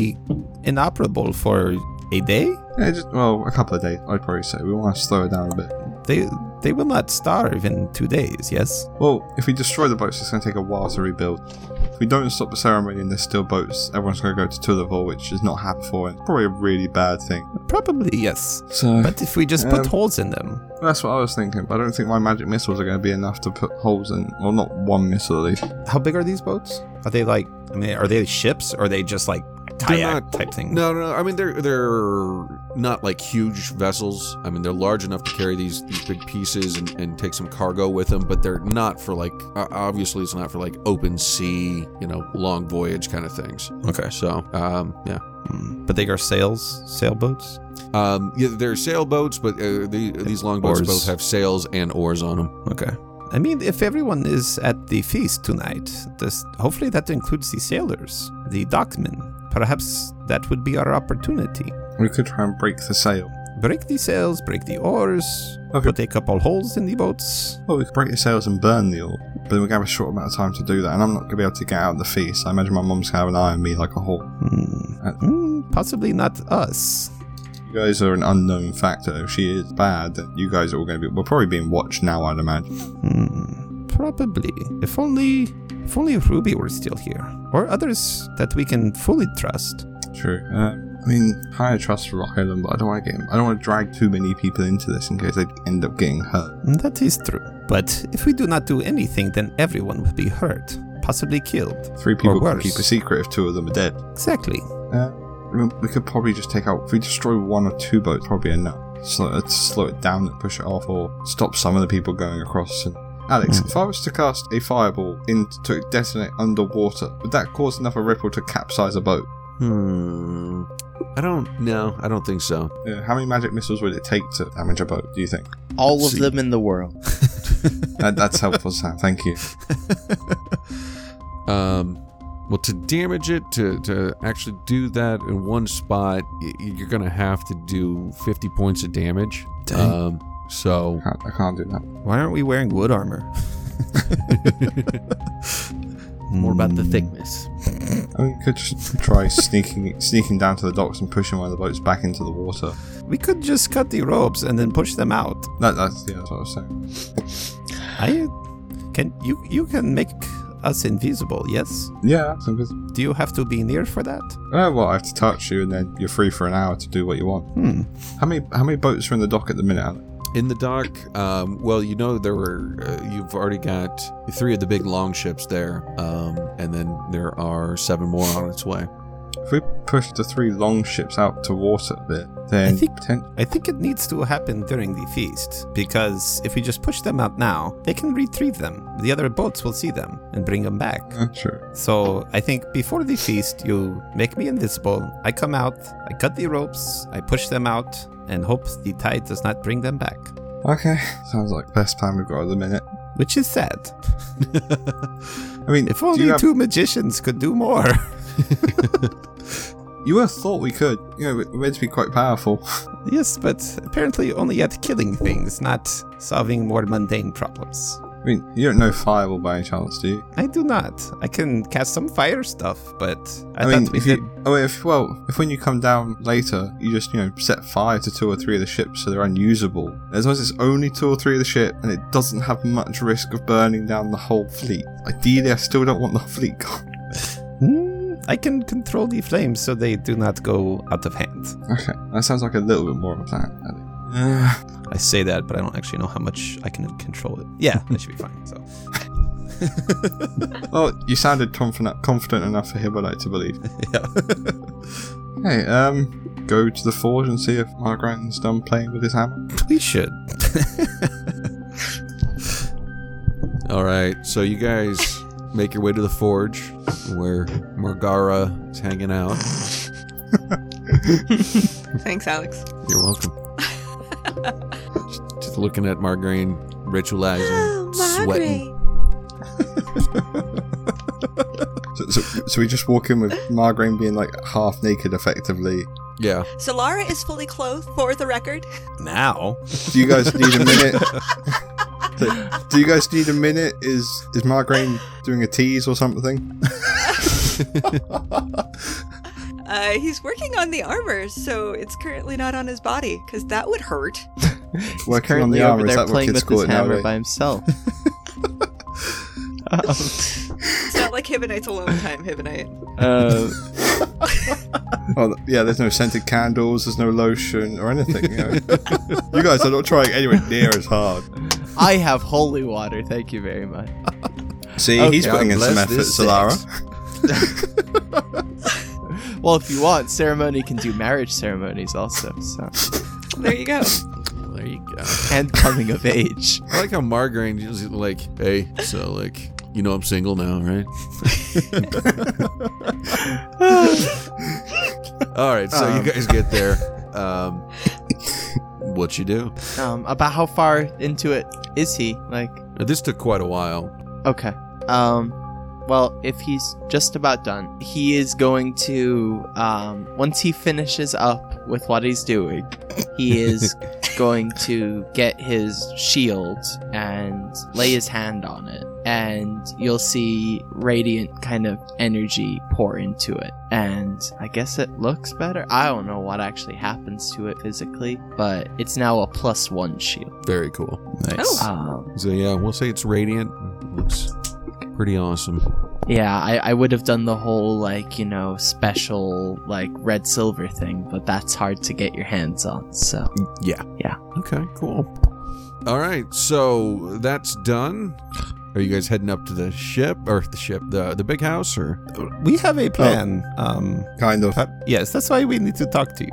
Speaker 5: inoperable for a day.
Speaker 3: Yeah, just, well, a couple of days, I'd probably say. We want to slow it down a bit.
Speaker 5: They they will not starve in two days. Yes.
Speaker 3: Well, if we destroy the boats, it's going to take a while to rebuild. If we don't stop the ceremony and there's still boats, everyone's going to go to Tulivor, which has not happened before, and it's probably a really bad thing.
Speaker 5: Probably yes,
Speaker 3: So
Speaker 5: but if we just put
Speaker 3: Um,
Speaker 5: holes in them,
Speaker 3: that's what I was thinking, but I don't think my magic missiles are going to be enough to put holes in. Well, not one missile at least.
Speaker 5: how big are these boats? Are they like? I mean, are they ships? Or are they just like kayak
Speaker 4: not-
Speaker 5: type thing?
Speaker 4: No, no, no. I mean, they're they're not like huge vessels. I mean, they're large enough to carry these these big pieces and, and take some cargo with them. But they're not for like uh, obviously it's not for like open sea, you know, long voyage kind of things.
Speaker 5: Okay.
Speaker 4: So, um, yeah.
Speaker 5: Hmm, But they are sails, sailboats.
Speaker 4: Um, yeah, they're sailboats, but uh, the, these longboats
Speaker 5: Oars.
Speaker 4: both have sails and oars on them.
Speaker 5: Okay. I mean, if everyone is at the feast tonight, this, hopefully that includes the sailors, the dockmen. Perhaps that would be our opportunity.
Speaker 3: We could try and break the sail.
Speaker 5: Break the sails, break the oars,
Speaker 3: Okay.
Speaker 5: put a couple holes in the boats.
Speaker 3: Well, we could break the sails and burn the oar, but then we're going to have a short amount of time to do that, and I'm not going to be able to get out of the feast. I imagine my mum's going to have an eye on me like a hawk.
Speaker 5: Hmm.
Speaker 3: Uh,
Speaker 5: Hmm, possibly not us.
Speaker 3: You guys are an unknown factor. If she is bad, then you guys are all going to be. We're probably being watched now, I'd imagine.
Speaker 5: Hmm, probably. If only, if only Ruby were still here, or others that we can fully trust.
Speaker 3: True. Um, I mean, kind of trust Rock Island, but I don't want to get him. I don't want to drag too many people into this in case they end up getting hurt.
Speaker 5: That is true. But if we do not do anything, then everyone will be hurt, possibly killed.
Speaker 3: Three people can
Speaker 5: worse.
Speaker 3: keep a secret if two of them are dead.
Speaker 5: Exactly.
Speaker 3: Uh, I mean, we could probably just take out. If we destroy one or two boats, probably enough. Slow, uh, to slow it down and push it off, or stop some of the people going across. And Alex, if I was to cast a fireball in to detonate underwater, would that cause enough of a ripple to capsize a boat?
Speaker 4: Hmm. I don't. No, I don't think so.
Speaker 3: Uh, how many magic missiles would it take to damage a boat? Do you think?
Speaker 6: All of
Speaker 4: See.
Speaker 6: them in the world.
Speaker 3: That, that's helpful, Sam. Thank you.
Speaker 4: Um, well, to damage it, to, to actually do that in one spot, y- you're going to have to do 50 points of damage. Um, so,
Speaker 3: I can't- I can't do that.
Speaker 5: Why aren't we wearing wood armor?
Speaker 6: More about
Speaker 5: Hmm.
Speaker 6: the thickness.
Speaker 3: I mean, we could just try sneaking sneaking down to the docks and pushing one of the boats back into the water.
Speaker 5: We could just cut the ropes and then push them out.
Speaker 3: That, that's, yeah, that's what I was saying.
Speaker 5: I can you you can make us invisible. Yes.
Speaker 3: Yeah, that's invisible.
Speaker 5: Do you have to be near for that?
Speaker 3: Oh, well, I have to touch you, and then you're free for an hour to do what you want.
Speaker 5: Hmm.
Speaker 3: How many how many boats are in the dock at the minute? Alex?
Speaker 4: in the dock, um, well, you know, there were, uh, you've already got three of the big long ships there, um, and then there are seven more on its way.
Speaker 3: If we push the three long ships out to water a bit, then
Speaker 5: I think-
Speaker 3: poten-
Speaker 5: I think it needs to happen during the feast, because if we just push them out now, they can retrieve them. The other boats will see them and bring them back.
Speaker 3: uh, true.
Speaker 5: So I think before the feast, you make me invisible. I come out, I cut the ropes, I push them out, and hope the tide does not bring them back.
Speaker 3: Okay, sounds like the best plan we've got at the minute.
Speaker 5: Which is sad.
Speaker 3: I mean,
Speaker 5: If
Speaker 3: do
Speaker 5: only
Speaker 3: you, have-
Speaker 5: two magicians could do more.
Speaker 3: you would have thought we could. You know, we're meant to be quite powerful.
Speaker 5: yes, but apparently only at killing things, not solving more mundane problems.
Speaker 3: I mean, you don't know fireball by any chance, do you?
Speaker 5: I do not. I can cast some fire stuff, but I,
Speaker 3: mean,
Speaker 5: thought we
Speaker 3: if you,
Speaker 5: did.
Speaker 3: oh, if well, if when you come down later, you just you know set fire to two or three of the ships so they're unusable. As long as it's only two or three of the ship and it doesn't have much risk of burning down the whole fleet. Ideally, I still don't want the whole fleet gone.
Speaker 5: Hmm, I can control the flames so they do not go out of hand.
Speaker 3: Okay, that sounds like a little bit more of a plan. Ali. Uh,
Speaker 5: I say that, but I don't actually know how much I can control it. Yeah, that should be fine. So.
Speaker 3: well, you sounded confident, confident enough for Hibbolite to believe.
Speaker 5: yeah.
Speaker 3: Hey, um, go to the forge and see if Margran's done playing with his hammer.
Speaker 5: we should.
Speaker 4: All right, so you guys make your way to the forge where Margara is hanging out.
Speaker 1: Thanks, Alex.
Speaker 4: You're welcome. Just looking at Margarine
Speaker 1: Oh,
Speaker 4: ritualizing, sweating.
Speaker 3: So, so, so we just walk in with Margrain being like half naked, effectively.
Speaker 4: Yeah.
Speaker 1: Solara is fully clothed for the record.
Speaker 5: now,
Speaker 3: Do you guys need a minute? Do you guys need a minute? Is is Margrain doing a tease or something?
Speaker 1: Uh, he's working on the armor, so it's currently not on his body because that would hurt.
Speaker 3: Working on
Speaker 6: currently
Speaker 3: the armor
Speaker 6: over
Speaker 3: is
Speaker 6: there
Speaker 3: that what
Speaker 6: playing
Speaker 3: kids
Speaker 6: with
Speaker 3: call
Speaker 6: his
Speaker 3: it
Speaker 6: hammer
Speaker 3: nowadays?
Speaker 6: by himself.
Speaker 1: It's not like Hibonite's alone time, Hibonite.
Speaker 6: Uh,
Speaker 3: Oh, yeah, there's no scented candles, there's no lotion or anything. You, know. you guys are not trying anywhere near as hard.
Speaker 6: I have holy water. Thank you very much.
Speaker 3: See, he's
Speaker 6: Okay.
Speaker 3: putting in some
Speaker 4: Bless
Speaker 3: effort,
Speaker 4: this
Speaker 3: Solara.
Speaker 6: Well, if you want, ceremony can do marriage ceremonies also. So.
Speaker 1: There you go.
Speaker 4: There you go.
Speaker 6: And coming of age.
Speaker 4: I like how Margarine is like, hey, so like, you know I'm single now, right? All right, so
Speaker 3: Um.
Speaker 4: you guys get there. Um, what you do?
Speaker 6: Um, about how far into it is he? Like,
Speaker 4: Now, this took quite a while.
Speaker 6: okay. Um, well, if he's just about done, he is going to. Um, once he finishes up with what he's doing, he is going to get his shield and lay his hand on it. And you'll see radiant kind of energy pour into it. And I guess it looks better. I don't know what actually happens to it physically, but it's now a plus one shield.
Speaker 4: Very cool.
Speaker 1: Oh.
Speaker 6: Um,
Speaker 4: So yeah, we'll say it's radiant. Looks pretty awesome.
Speaker 6: Yeah, I, I would have done the whole, like, you know, special, like, red silver thing, but that's hard to get your hands on, so.
Speaker 4: Okay, cool. All right, so that's done. Are you guys heading up to the ship or the ship, the the big house, or
Speaker 5: we have
Speaker 3: Oh.
Speaker 5: a plan. Um,
Speaker 3: Kind of.
Speaker 5: but yes, that's why we need to talk to you.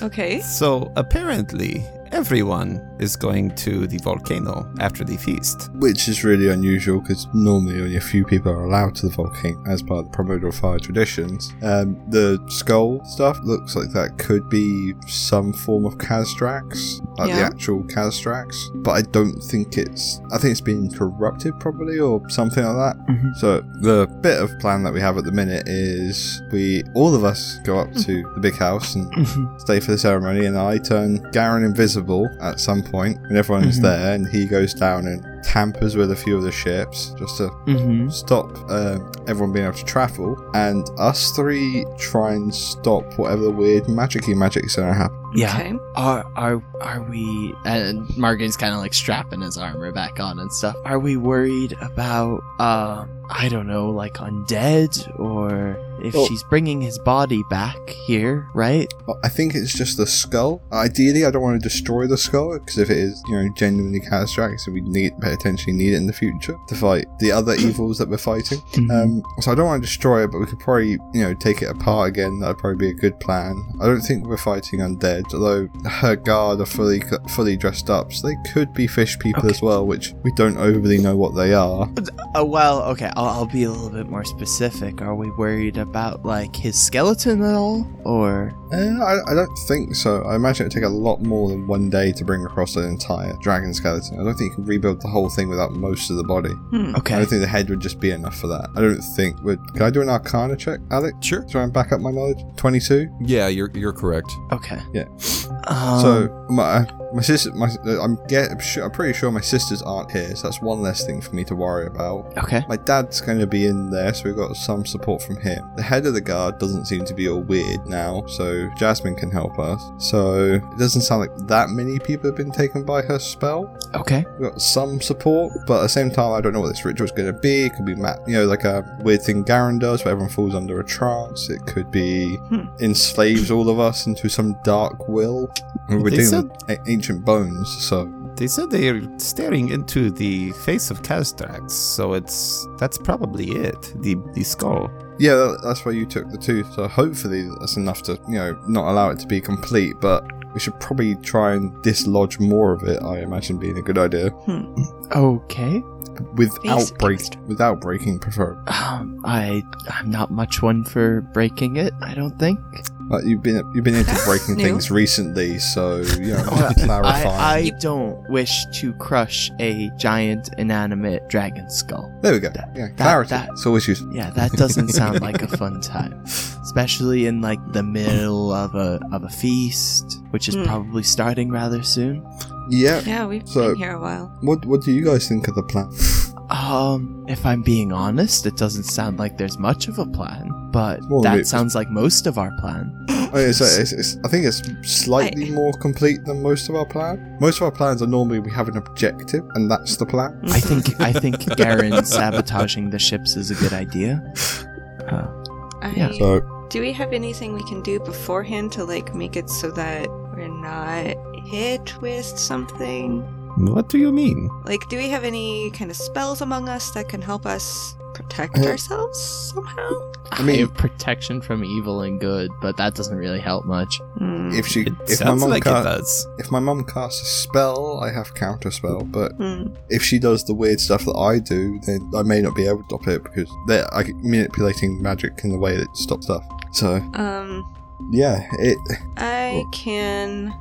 Speaker 1: Okay.
Speaker 5: So apparently, everyone is going to the volcano after the feast.
Speaker 3: Which is really unusual because normally only a few people are allowed to the volcano as part of the primordial fire traditions. Um, the skull stuff looks like that could be some form of Kazdrax, like the
Speaker 1: Yeah.
Speaker 3: actual Kazdrax, but I don't think it's. I think it's been corrupted probably or something like that.
Speaker 6: Mm-hmm.
Speaker 3: So the bit of plan that we have at the minute is we all of us go up to the big house and
Speaker 6: Mm-hmm.
Speaker 3: stay for the ceremony, and I turn Garen invisible at some point when everyone's
Speaker 6: Mhm.
Speaker 3: there, and he goes down and tampers with a few of the ships just to
Speaker 6: Mm-hmm.
Speaker 3: stop um, everyone being able to travel, and us three try and stop whatever the weird magicy magic's gonna happen.
Speaker 6: Yeah.
Speaker 1: Okay.
Speaker 6: Are, are, are we, and Morgan's kind of, like, strapping his armor back on and stuff. Are we worried about, um, I don't know, like, undead, or if
Speaker 3: Well-
Speaker 6: she's bringing his body back here, right?
Speaker 3: Well, I think it's just the skull. Ideally, I don't want to destroy the skull because if it is, you know, genuinely catastrophic, so we need potentially need it in the future to fight the other evils that we're fighting.
Speaker 6: Mm-hmm.
Speaker 3: Um, so I don't want to destroy it, but we could probably, you know, take it apart again. That'd probably be a good plan. I don't think we're fighting undead, although her guard are fully fully dressed up, so they could be fish people as well, which we don't overly know what they are.
Speaker 6: Uh, well, okay, I'll, I'll be a little bit more specific. Are we worried about like his skeleton at all, or
Speaker 3: Uh, I, I don't think so. I imagine it would take a lot more than one day to bring across an entire dragon skeleton. I don't think you can rebuild the whole thing without most of the body. I
Speaker 1: Hmm.
Speaker 6: okay?
Speaker 3: don't think the head would just be enough for that. I don't think. Would, can I do an Arcana check, Alex?
Speaker 4: Sure.
Speaker 3: Try and back up my knowledge. Twenty-two.
Speaker 4: Yeah, you're you're correct.
Speaker 6: okay.
Speaker 3: Yeah.
Speaker 6: Um,
Speaker 3: so my my sister, my I'm get I'm, sure, I'm pretty sure my sisters aren't here, so that's one less thing for me to worry about.
Speaker 6: okay.
Speaker 3: My dad's going to be in there, so we've got some support from him. The head of the guard doesn't seem to be all weird now, so Jasmine can help us. So it doesn't sound like that many people have been taken by her spell.
Speaker 6: Okay.
Speaker 3: We've got some support, but at the same time, I don't know what this ritual's going to be. It could be, ma- you know, like a weird thing Garen does where everyone falls under a trance. It could be enslaves all of us into some dark will. And We're
Speaker 5: They
Speaker 3: dealing
Speaker 5: said-
Speaker 3: with a- ancient bones, so
Speaker 5: They said they're staring into the face of Castrax, so it's that's probably it. The the skull.
Speaker 3: Yeah, that- that's why you took the two. So hopefully that's enough to, you know, not allow it to be complete, but we should probably try and dislodge more of it, I imagine being a good idea.
Speaker 6: Okay.
Speaker 3: Without
Speaker 1: Face
Speaker 3: break
Speaker 1: cast.
Speaker 3: without breaking prefer.
Speaker 6: Um, I I'm not much one for breaking it. I don't think.
Speaker 3: Like you've been you've been into breaking
Speaker 1: new.
Speaker 3: things recently, so you know,
Speaker 6: Well,
Speaker 3: clarify.
Speaker 6: I, I don't wish to crush a giant inanimate dragon skull.
Speaker 3: there we go. Yeah, clarity.
Speaker 6: that-
Speaker 3: it's always useful.
Speaker 6: Yeah, that doesn't sound like a fun time, especially in like the middle of a of a feast, which is
Speaker 1: Hmm.
Speaker 6: probably starting rather soon.
Speaker 3: Yeah.
Speaker 1: Yeah, we've
Speaker 3: So-
Speaker 1: been here a while.
Speaker 3: What what do you guys think of the plan?
Speaker 6: Um, if I'm being honest, it doesn't sound like there's much of a plan, but
Speaker 3: Well,
Speaker 6: that
Speaker 3: maybe-
Speaker 6: sounds like most of our plan.
Speaker 3: I, mean, it's, Oh, it's, it's, I think it's slightly
Speaker 1: I-
Speaker 3: more complete than most of our plan. Most of our plans are normally we have an objective, and that's the plan.
Speaker 6: I think I think Garen sabotaging the ships is a good idea.
Speaker 1: I-
Speaker 6: yeah.
Speaker 3: So
Speaker 1: Do we have anything we can do beforehand to like make it so that we're not hit with something?
Speaker 5: What do you mean?
Speaker 1: Like, do we have any kind of spells among us that can help us protect
Speaker 3: Uh,
Speaker 1: ourselves somehow?
Speaker 3: I mean-
Speaker 6: have protection from evil and good, but that doesn't really help much.
Speaker 1: Hmm.
Speaker 6: Mm.
Speaker 3: if she
Speaker 5: It
Speaker 3: if my
Speaker 5: sounds
Speaker 3: mum
Speaker 5: like it
Speaker 3: can't
Speaker 5: does.
Speaker 3: If my mum casts a spell, I have counter spell, but
Speaker 1: Hmm.
Speaker 3: if she does the weird stuff that I do, then I may not be able to stop it because they're like, manipulating magic in the way that stops stuff. So
Speaker 1: Um,
Speaker 3: yeah, it
Speaker 1: I
Speaker 3: Well-
Speaker 1: can.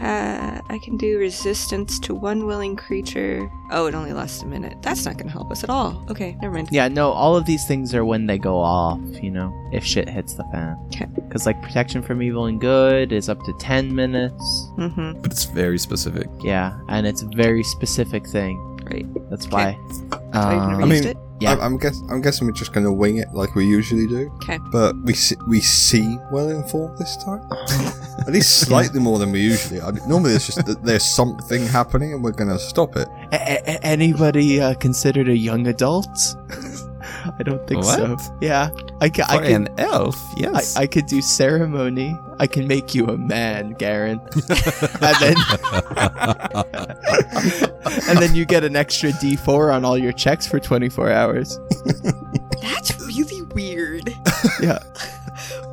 Speaker 1: Pa- I can do resistance to one willing creature. Oh, it only lasts a minute. That's not going to help us at all. Okay, never mind.
Speaker 6: Yeah, no, all of these things are when they go off, you know, if shit hits the fan.
Speaker 1: 'Kay.
Speaker 6: Because, like, protection from evil and good is up to 10 minutes.
Speaker 1: Mm-hmm.
Speaker 5: But it's very specific.
Speaker 6: Yeah, and it's a very specific thing.
Speaker 1: Right.
Speaker 6: That's
Speaker 1: 'Kay.
Speaker 6: why.
Speaker 1: I even
Speaker 6: Um,
Speaker 3: Uh, I mean-
Speaker 1: raised it.
Speaker 6: Yeah.
Speaker 3: I'm, I'm guess I'm guessing we're just gonna wing it like we usually do.
Speaker 1: 'Kay.
Speaker 3: But we se- we seem well informed this time, at least slightly more than we usually are. Normally, it's just that there's something happening and we're gonna stop it.
Speaker 6: a- a- a- anybody uh, considered a young adult? I don't think so.
Speaker 5: What?
Speaker 6: Yeah. I, ca- I
Speaker 5: For
Speaker 6: can.
Speaker 5: an elf,
Speaker 6: I,
Speaker 5: yes.
Speaker 6: I could do ceremony. I can make you a man, Garen. and then and then you get an extra D4 on all your checks for 24 hours.
Speaker 1: That's really weird.
Speaker 6: Yeah.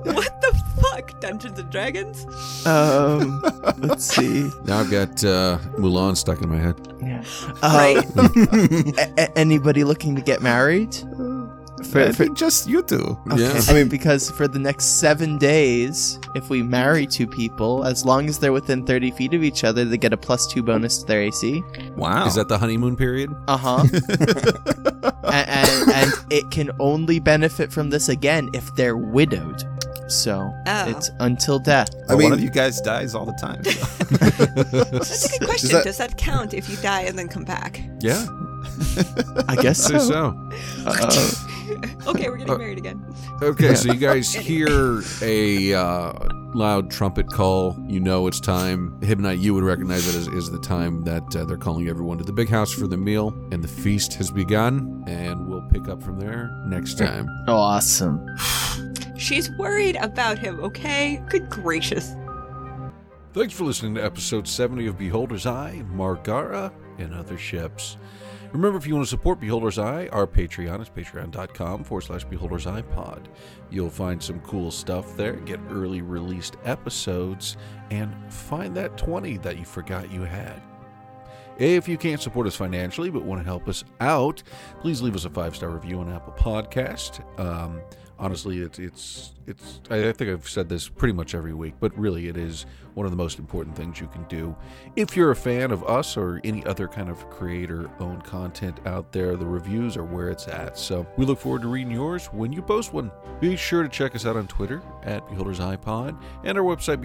Speaker 1: what the fuck, Dungeons and Dragons?
Speaker 6: Um, let's see.
Speaker 4: Now I've got uh, Mulan stuck in my head.
Speaker 6: Yeah.
Speaker 1: Right.
Speaker 6: Um, anybody looking to get married?
Speaker 5: I
Speaker 6: For, for,
Speaker 5: think just you two.
Speaker 4: Yeah.
Speaker 3: I mean-
Speaker 6: because for the next seven days, if we marry two people, as long as they're within 30 feet of each other, they get a plus two bonus to their AC.
Speaker 5: Wow.
Speaker 4: Is that the honeymoon period?
Speaker 6: Uh huh. and, and, and it can only benefit from this again if they're widowed. So
Speaker 1: Oh.
Speaker 6: it's until death.
Speaker 3: I
Speaker 5: Well,
Speaker 3: mean,
Speaker 5: one of you guys dies all the time.
Speaker 1: That's a good question.
Speaker 3: that-
Speaker 1: Does that count if you die and then come back?
Speaker 4: Yeah,
Speaker 6: I guess
Speaker 4: say
Speaker 6: so.
Speaker 4: so.
Speaker 6: Uh,
Speaker 1: Okay, we're
Speaker 4: Uh,
Speaker 1: getting married again.
Speaker 4: Okay, so you guys hear a uh, loud trumpet call. You know it's time. Hibnite, you would recognize it as, as the time that uh, they're calling everyone to the big house for the meal, and the feast has begun. And we'll pick up from there next time.
Speaker 6: awesome.
Speaker 1: She's worried about him, okay? Good gracious.
Speaker 4: Thanks for listening to episode 70 of Beholder's Eye, Margara, and Other Ships. Remember, if you want to support Beholder's Eye, our Patreon is patreon.com forward slash Beholder's Eye pod. You'll find some cool stuff there, get early released episodes, and find that 20 that you forgot you had. If you can't support us financially but want to help us out, please leave us a five star review on Apple Podcast. Um, honestly, it's it's it's. I I think I've said this pretty much every week, but really, it is one of the most important things you can do. If you're a fan of us or any other kind of creator-owned content out there, the reviews are where it's at. So we look forward to reading yours when you post one. Be sure to check us out on Twitter at Beholders iPod and our website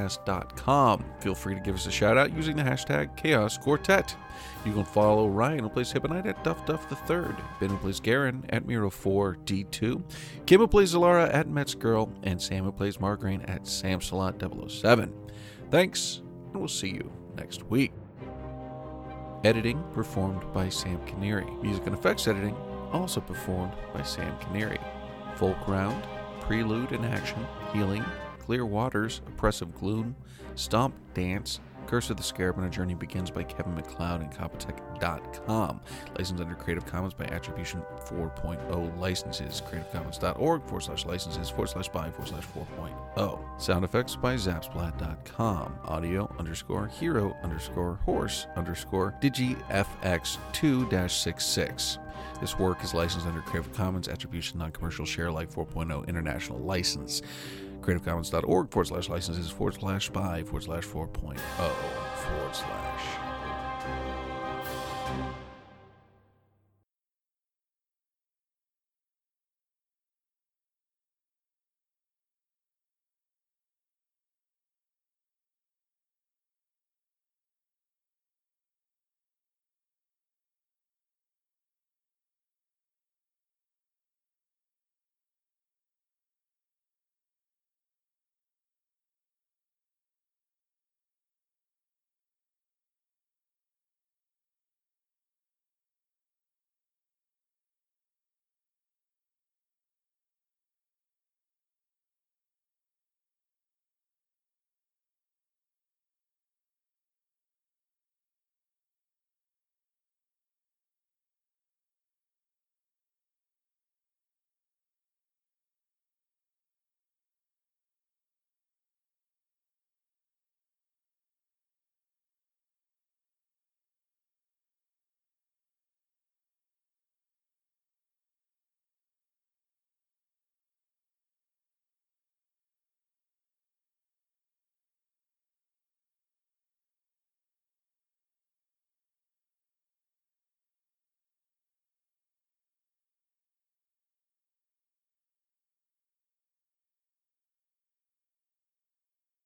Speaker 4: beholdersicast.com. Feel free to give us a shout out using the hashtag Chaos Quartet. You can follow Ryan, who plays Hibonite at Duff Duff the Third, Ben, who plays Garen at Miro4D2, Kim, who plays Zalara at Mets Girl, and Sam, who plays Margarine at Samsalot007. Thanks, and we'll see you next week. Editing performed by Sam Canary. Music and effects editing also performed by Sam Canary. Folk Round, Prelude in Action, Healing, Clear Waters, Oppressive Gloom, Stomp Dance, Curse of the Scarab, and A Journey Begins by Kevin McLeod and Compotech.com. Licensed under Creative Commons by Attribution 4.0 licenses. CreativeCommons.org forward slash licenses forward slash by forward slash 4.0. Sound effects by Zapsplat.com. Audio underscore hero underscore horse underscore digifx2 dash 66. This work is licensed under Creative Commons Attribution Non Commercial Share Alike 4.0 International License. CreativeCommons.org forward slash licenses forward slash oh by forward slash 4.0 forward slash.